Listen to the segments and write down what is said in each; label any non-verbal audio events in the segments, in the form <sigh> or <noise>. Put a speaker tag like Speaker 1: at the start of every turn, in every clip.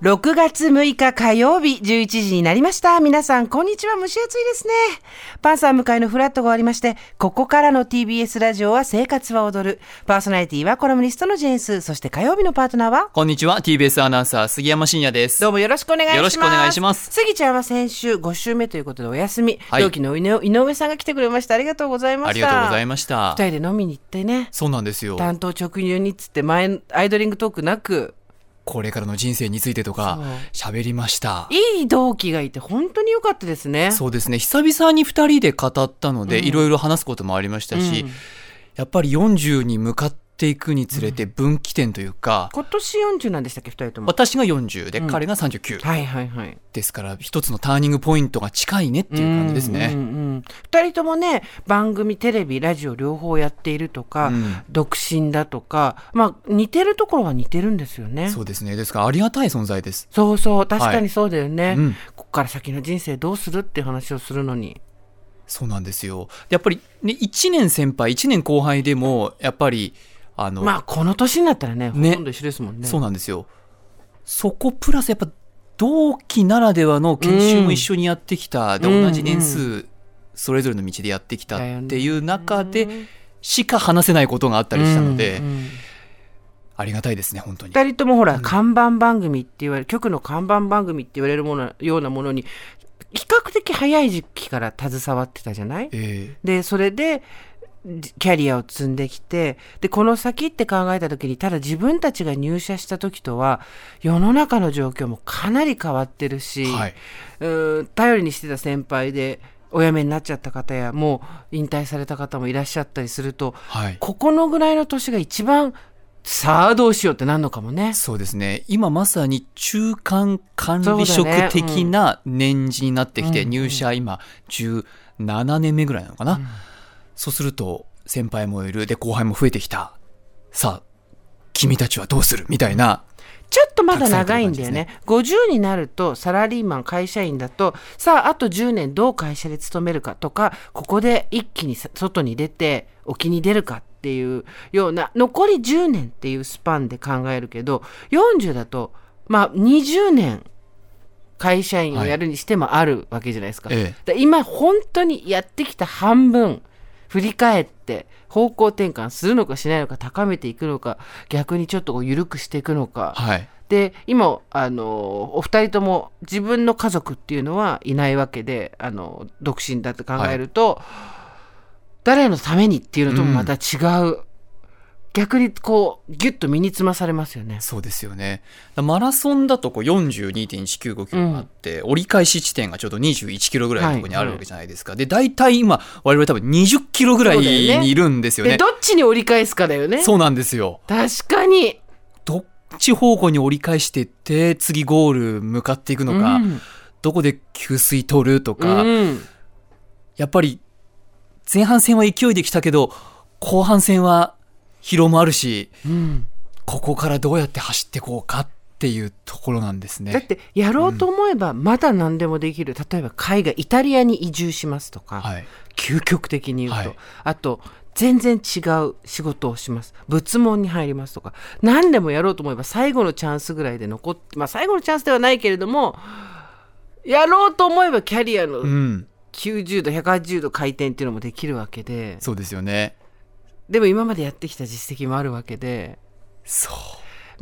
Speaker 1: 6月6日火曜日11時になりました。皆さん、こんにちは。蒸し暑いですね。パンサー向かいのフラットが終わりまして、ここからの TBS ラジオは生活は踊る。パーソナリティはコラムニストのジェーンス。そして火曜日のパートナーは
Speaker 2: こんにちは TBS アナウンサー杉山真也です
Speaker 1: どうもよろしくお願いします。
Speaker 2: よろしくお願いします
Speaker 1: 杉ちゃんは先週5週目ということでお休み。
Speaker 2: はい
Speaker 1: 同期の井上井上さんが来てくれました。ありがとうございました。
Speaker 2: ありがとうござい
Speaker 1: ま
Speaker 2: ました
Speaker 1: 二人で飲みに行ってね。
Speaker 2: そうなんですよ
Speaker 1: 担当直入にっつって前、アイドリングトークなく、
Speaker 2: これからの人生についてとか喋りました
Speaker 1: いい同期がいて本当に良かったですね。
Speaker 2: そうですね久々に2人で語ったので、
Speaker 1: うん
Speaker 2: いろいろ話すこともありましたし、
Speaker 1: うん
Speaker 2: やっぱり40に向かっていくにつれて分岐点というか、
Speaker 1: 今年40なんでしたっけ、二人とも。
Speaker 2: 私が40で、
Speaker 1: うん
Speaker 2: 彼が39
Speaker 1: はいはいはい。
Speaker 2: ですから一つのターニングポイントが近いねっていう感じです
Speaker 1: う
Speaker 2: ね、
Speaker 1: んうんうん二人ともね番組テレビラジオ両方やっているとか、
Speaker 2: うん
Speaker 1: 独身だとかまあ似てるところは似てるんですよね。
Speaker 2: そうですねですからありがたい存在です
Speaker 1: そうそう確かにそうだよね、
Speaker 2: うん
Speaker 1: こっから先の人生どうするって話をするのに
Speaker 2: そうなんですよ。やっぱり、ね、1年先輩、1年後輩でも、やっぱり、あの、
Speaker 1: まあこの年になったらね
Speaker 2: ね
Speaker 1: ほとんど一緒ですもんね
Speaker 2: そうなんですよ。そこプラス、やっぱ、同期ならではの研修も一緒にやってきた、で、
Speaker 1: うん
Speaker 2: 同じ年数、それぞれの道でやってきたっていう中で、しか話せないことがあったりしたので、
Speaker 1: うんうん
Speaker 2: ありがたいですね、本当に。
Speaker 1: 二人ともほら、看板番組って言われる局の看板番組って言われるものようなものに比較的早い時期から携わってたじゃない
Speaker 2: え
Speaker 1: でそれでじキャリアを積んできてでこの先って考えた時にただ自分たちが入社した時とは世の中の状況もかなり変わってるし、
Speaker 2: えはい。
Speaker 1: うーん頼りにしてた先輩でお辞めになっちゃった方やもう引退された方もいらっしゃったりすると
Speaker 2: はい。
Speaker 1: ここのぐらいの年が一番さあどうしようってなるのかもね。
Speaker 2: そうですね今まさに中間管理職的な年次になって
Speaker 1: そ
Speaker 2: きて、
Speaker 1: うだねうん
Speaker 2: 入社今17年目ぐらいなのかな、
Speaker 1: ん
Speaker 2: そうすると先輩もいるで後輩も増えてきたさあ君たちはどうするみたいな
Speaker 1: ちょっとまだ長いんだよね
Speaker 2: 隠
Speaker 1: 50になるとサラリーマン会社員だとさああと10年どう会社で勤めるかとかここで一気にさ外に出て沖に出るかっていうような残り10年っていうスパンで考えるけど40だとまあ20年会社員をやるにしてもあるわけじゃないですか。
Speaker 2: はいええ
Speaker 1: だから今本当にやってきた半分振り返って方向転換するのかしないのか高めていくのか逆にちょっとこう緩くしていくのか、
Speaker 2: はい
Speaker 1: で今あのお二人とも自分の家族っていうのはいないわけであの独身だって考えると、誰のためにっていうのともまた違う、逆にこうギュッと身につまされますよね。
Speaker 2: そうですよねだマラソンだとこう42.195キロがあって、折り返し地点がちょうど21キロぐらいのところにあるわけじゃないですか、で大体今我々多分20キロぐらいにいるんですよね
Speaker 1: でどっちに折り返すかだよね。
Speaker 2: そうなんですよ
Speaker 1: 確かに、
Speaker 2: どっち方向に折り返していって次ゴール向かっていくのか、
Speaker 1: うん
Speaker 2: どこで給水取るとか、
Speaker 1: うん
Speaker 2: やっぱり前半戦は勢いできたけど後半戦は疲労もあるし
Speaker 1: うん
Speaker 2: ここからどうやって走ってこうかっていうところなんですね。
Speaker 1: だってやろうと思えばまだ何でもできる、例えば海外イタリアに移住しますとか、
Speaker 2: はい、
Speaker 1: 究極的に言うと、
Speaker 2: はい
Speaker 1: あと全然違う仕事をします仏門に入りますとか何でもやろうと思えば最後のチャンスぐらいで残ってまあ最後のチャンスではないけれどもやろうと思えばキャリア
Speaker 2: う
Speaker 1: の
Speaker 2: ん、
Speaker 1: 90度180度回転っていうのもできるわけで
Speaker 2: そうですよね。
Speaker 1: でも今までやってきた実績もあるわけで
Speaker 2: そう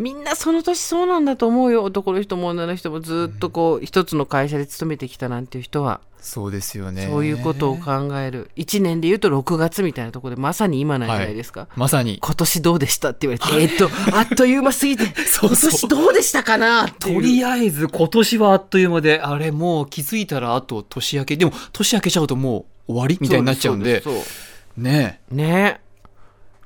Speaker 1: みんなその年そうなんだと思うよ男の人も女の人もずっとこう一つの会社で勤めてきたなんていう人は
Speaker 2: そうですよね。
Speaker 1: そういうことを考える1年で言うと6月みたいなところでまさに今なんじゃないですか、
Speaker 2: まさに
Speaker 1: 今年どうでしたって言わ <laughs> れて、えーっと、あっという間す <laughs> ぎて、
Speaker 2: そうそ
Speaker 1: 今
Speaker 2: う
Speaker 1: 年どうでしたかなっていう
Speaker 2: とりあえず今年はあっという間であれもう気づいたらあと年明けでも年明けちゃうともう終わりみたいになっちゃうんで
Speaker 1: そうです
Speaker 2: ね
Speaker 1: そ
Speaker 2: え
Speaker 1: うですね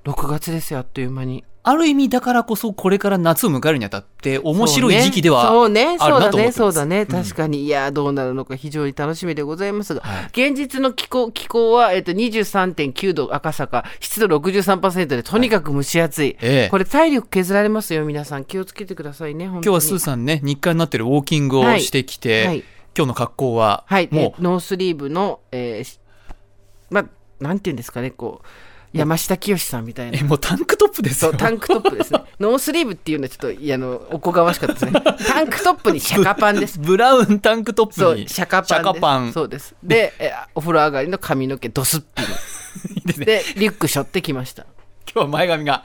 Speaker 1: 6月ですよ、あっという間に。
Speaker 2: ある意味だからこそこれから夏を迎えるにあたって面白い時期では
Speaker 1: そうね、
Speaker 2: ある
Speaker 1: そうだ
Speaker 2: なと思って
Speaker 1: ね、
Speaker 2: ます
Speaker 1: そうだね、
Speaker 2: うん
Speaker 1: 確かに、いやー、どうなるのか非常に楽しみでございますが、
Speaker 2: はい
Speaker 1: 現実の気候気候は、えっと、23.9度赤坂、湿度63%で、とにかく蒸し暑い、
Speaker 2: ええ
Speaker 1: これ、体力削られますよ、皆さん、気をつけてくださいね、今
Speaker 2: 今日はスーさんね日課になってるウォーキングをしてきて、
Speaker 1: はい
Speaker 2: 今日の格好は
Speaker 1: はい、え
Speaker 2: もう
Speaker 1: ノースリーブの、えーしまあ、なんていうんですかね、こう、山下清さんみたいな
Speaker 2: え、。もうタンクトップです
Speaker 1: <laughs> そ
Speaker 2: よ。
Speaker 1: う、タンクトップ <laughs> ですね。ノースリーブっていうのはちょっと、いや、あの、おこがましかった <laughs> ですね。タンクトップにシャカパンです。
Speaker 2: ブラウンタンクトッ
Speaker 1: そ
Speaker 2: プ
Speaker 1: う、
Speaker 2: に。
Speaker 1: シャカパンです。そうです。で、えお風呂上がりの髪の毛ドスッピ <laughs>
Speaker 2: いいです
Speaker 1: ン。
Speaker 2: ね
Speaker 1: で、リュック背負ってきました。
Speaker 2: 今日は前髪が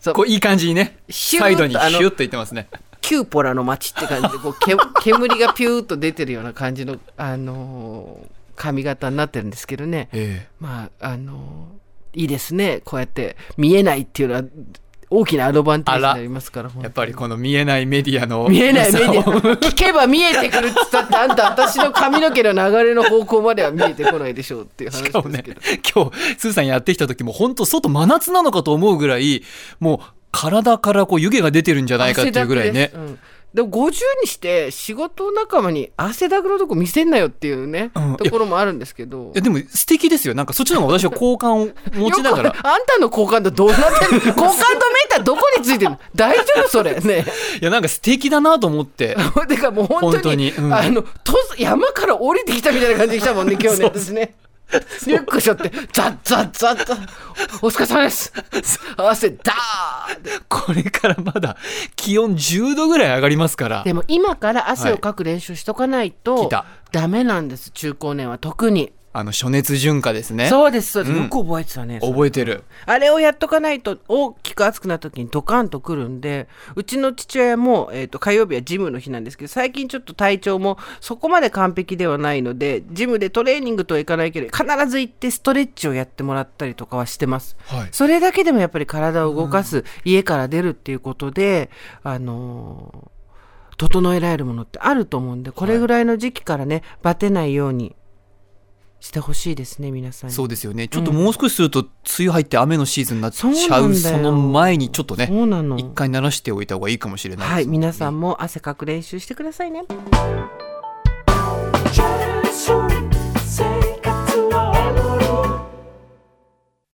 Speaker 1: そう
Speaker 2: こういい感じにね
Speaker 1: シューッと
Speaker 2: サイドにシ
Speaker 1: あの
Speaker 2: ュッといってますね
Speaker 1: キューポラの街って感じで、こう、け煙がピューッと出てるような感じの、あのー髪型になってるんですけどね。
Speaker 2: え
Speaker 1: まあ、あのーいいですね。こうやって、見えないっていうのは、大きなアドバンテージになりますから、
Speaker 2: え
Speaker 1: 本当
Speaker 2: や
Speaker 1: に
Speaker 2: っぱりこの見えないメディアの
Speaker 1: 見えない
Speaker 2: 良
Speaker 1: メ
Speaker 2: さ
Speaker 1: デ <laughs>
Speaker 2: を
Speaker 1: ィア聞けば見えてくるっつったってあんた私の髪の毛の流れの方向までは見えてこないでしょうっていう話
Speaker 2: し
Speaker 1: です
Speaker 2: かもね
Speaker 1: けど、
Speaker 2: 今日、スーさんやってきた時も、本当外真夏なのかと思うぐらい、もう、体からこう湯気が出てるんじゃないかっていうぐらいね
Speaker 1: 汗。だくですうんでも50にして仕事仲間に汗だくのとこ見せんなよっていうね、
Speaker 2: うん
Speaker 1: ところもあるんですけど
Speaker 2: いや、でも素敵ですよ。なんかそっちの方が私は好感を持ちなが
Speaker 1: よ
Speaker 2: ら。
Speaker 1: くあんたの好感度どうなってるの好感度メーターどこについてるの大丈夫それね
Speaker 2: いや、なんか素敵だなと思って。
Speaker 1: てかもう本当に
Speaker 2: 本当にうん
Speaker 1: あのと山から降りてきたみたいな感じで来たもんね今日ね
Speaker 2: <laughs> そう
Speaker 1: 私ねリュックしょってザッザッザッザッお疲れ様です汗ダーって
Speaker 2: これからまだ気温10度ぐらい上がりますから。
Speaker 1: でも今から汗をかく練習しとかない
Speaker 2: はい
Speaker 1: と、
Speaker 2: 来た
Speaker 1: ダメなんです中高年は特に
Speaker 2: あの、暑熱順化ですね。
Speaker 1: そうですそうです、
Speaker 2: うん
Speaker 1: よく覚えてたね
Speaker 2: 覚えてる。
Speaker 1: あれをやっとかないと大きく暑くなった時にドカンとくるんでうちの父親も、えー、と火曜日はジムの日なんですけど最近ちょっと体調もそこまで完璧ではないのでジムでトレーニングとはいかないけど必ず行ってストレッチをやってもらったりとかはしてます。
Speaker 2: はい。
Speaker 1: それだけでもやっぱり体を動かす、家から出るっていうことで、あのー整えられるものってあると思うんでこれぐらいの時期からねバテないようにしてほしいですね皆さんに。
Speaker 2: そうですよね。ちょっともう少しすると、梅雨入って雨のシーズンになっち
Speaker 1: そう
Speaker 2: ゃ
Speaker 1: な
Speaker 2: う、
Speaker 1: んだよ
Speaker 2: その前にちょっとね、
Speaker 1: そうなの
Speaker 2: 一回慣らしておいた方がいいかもしれないですね。
Speaker 1: はい、皆さんも汗かく練習してくださいね。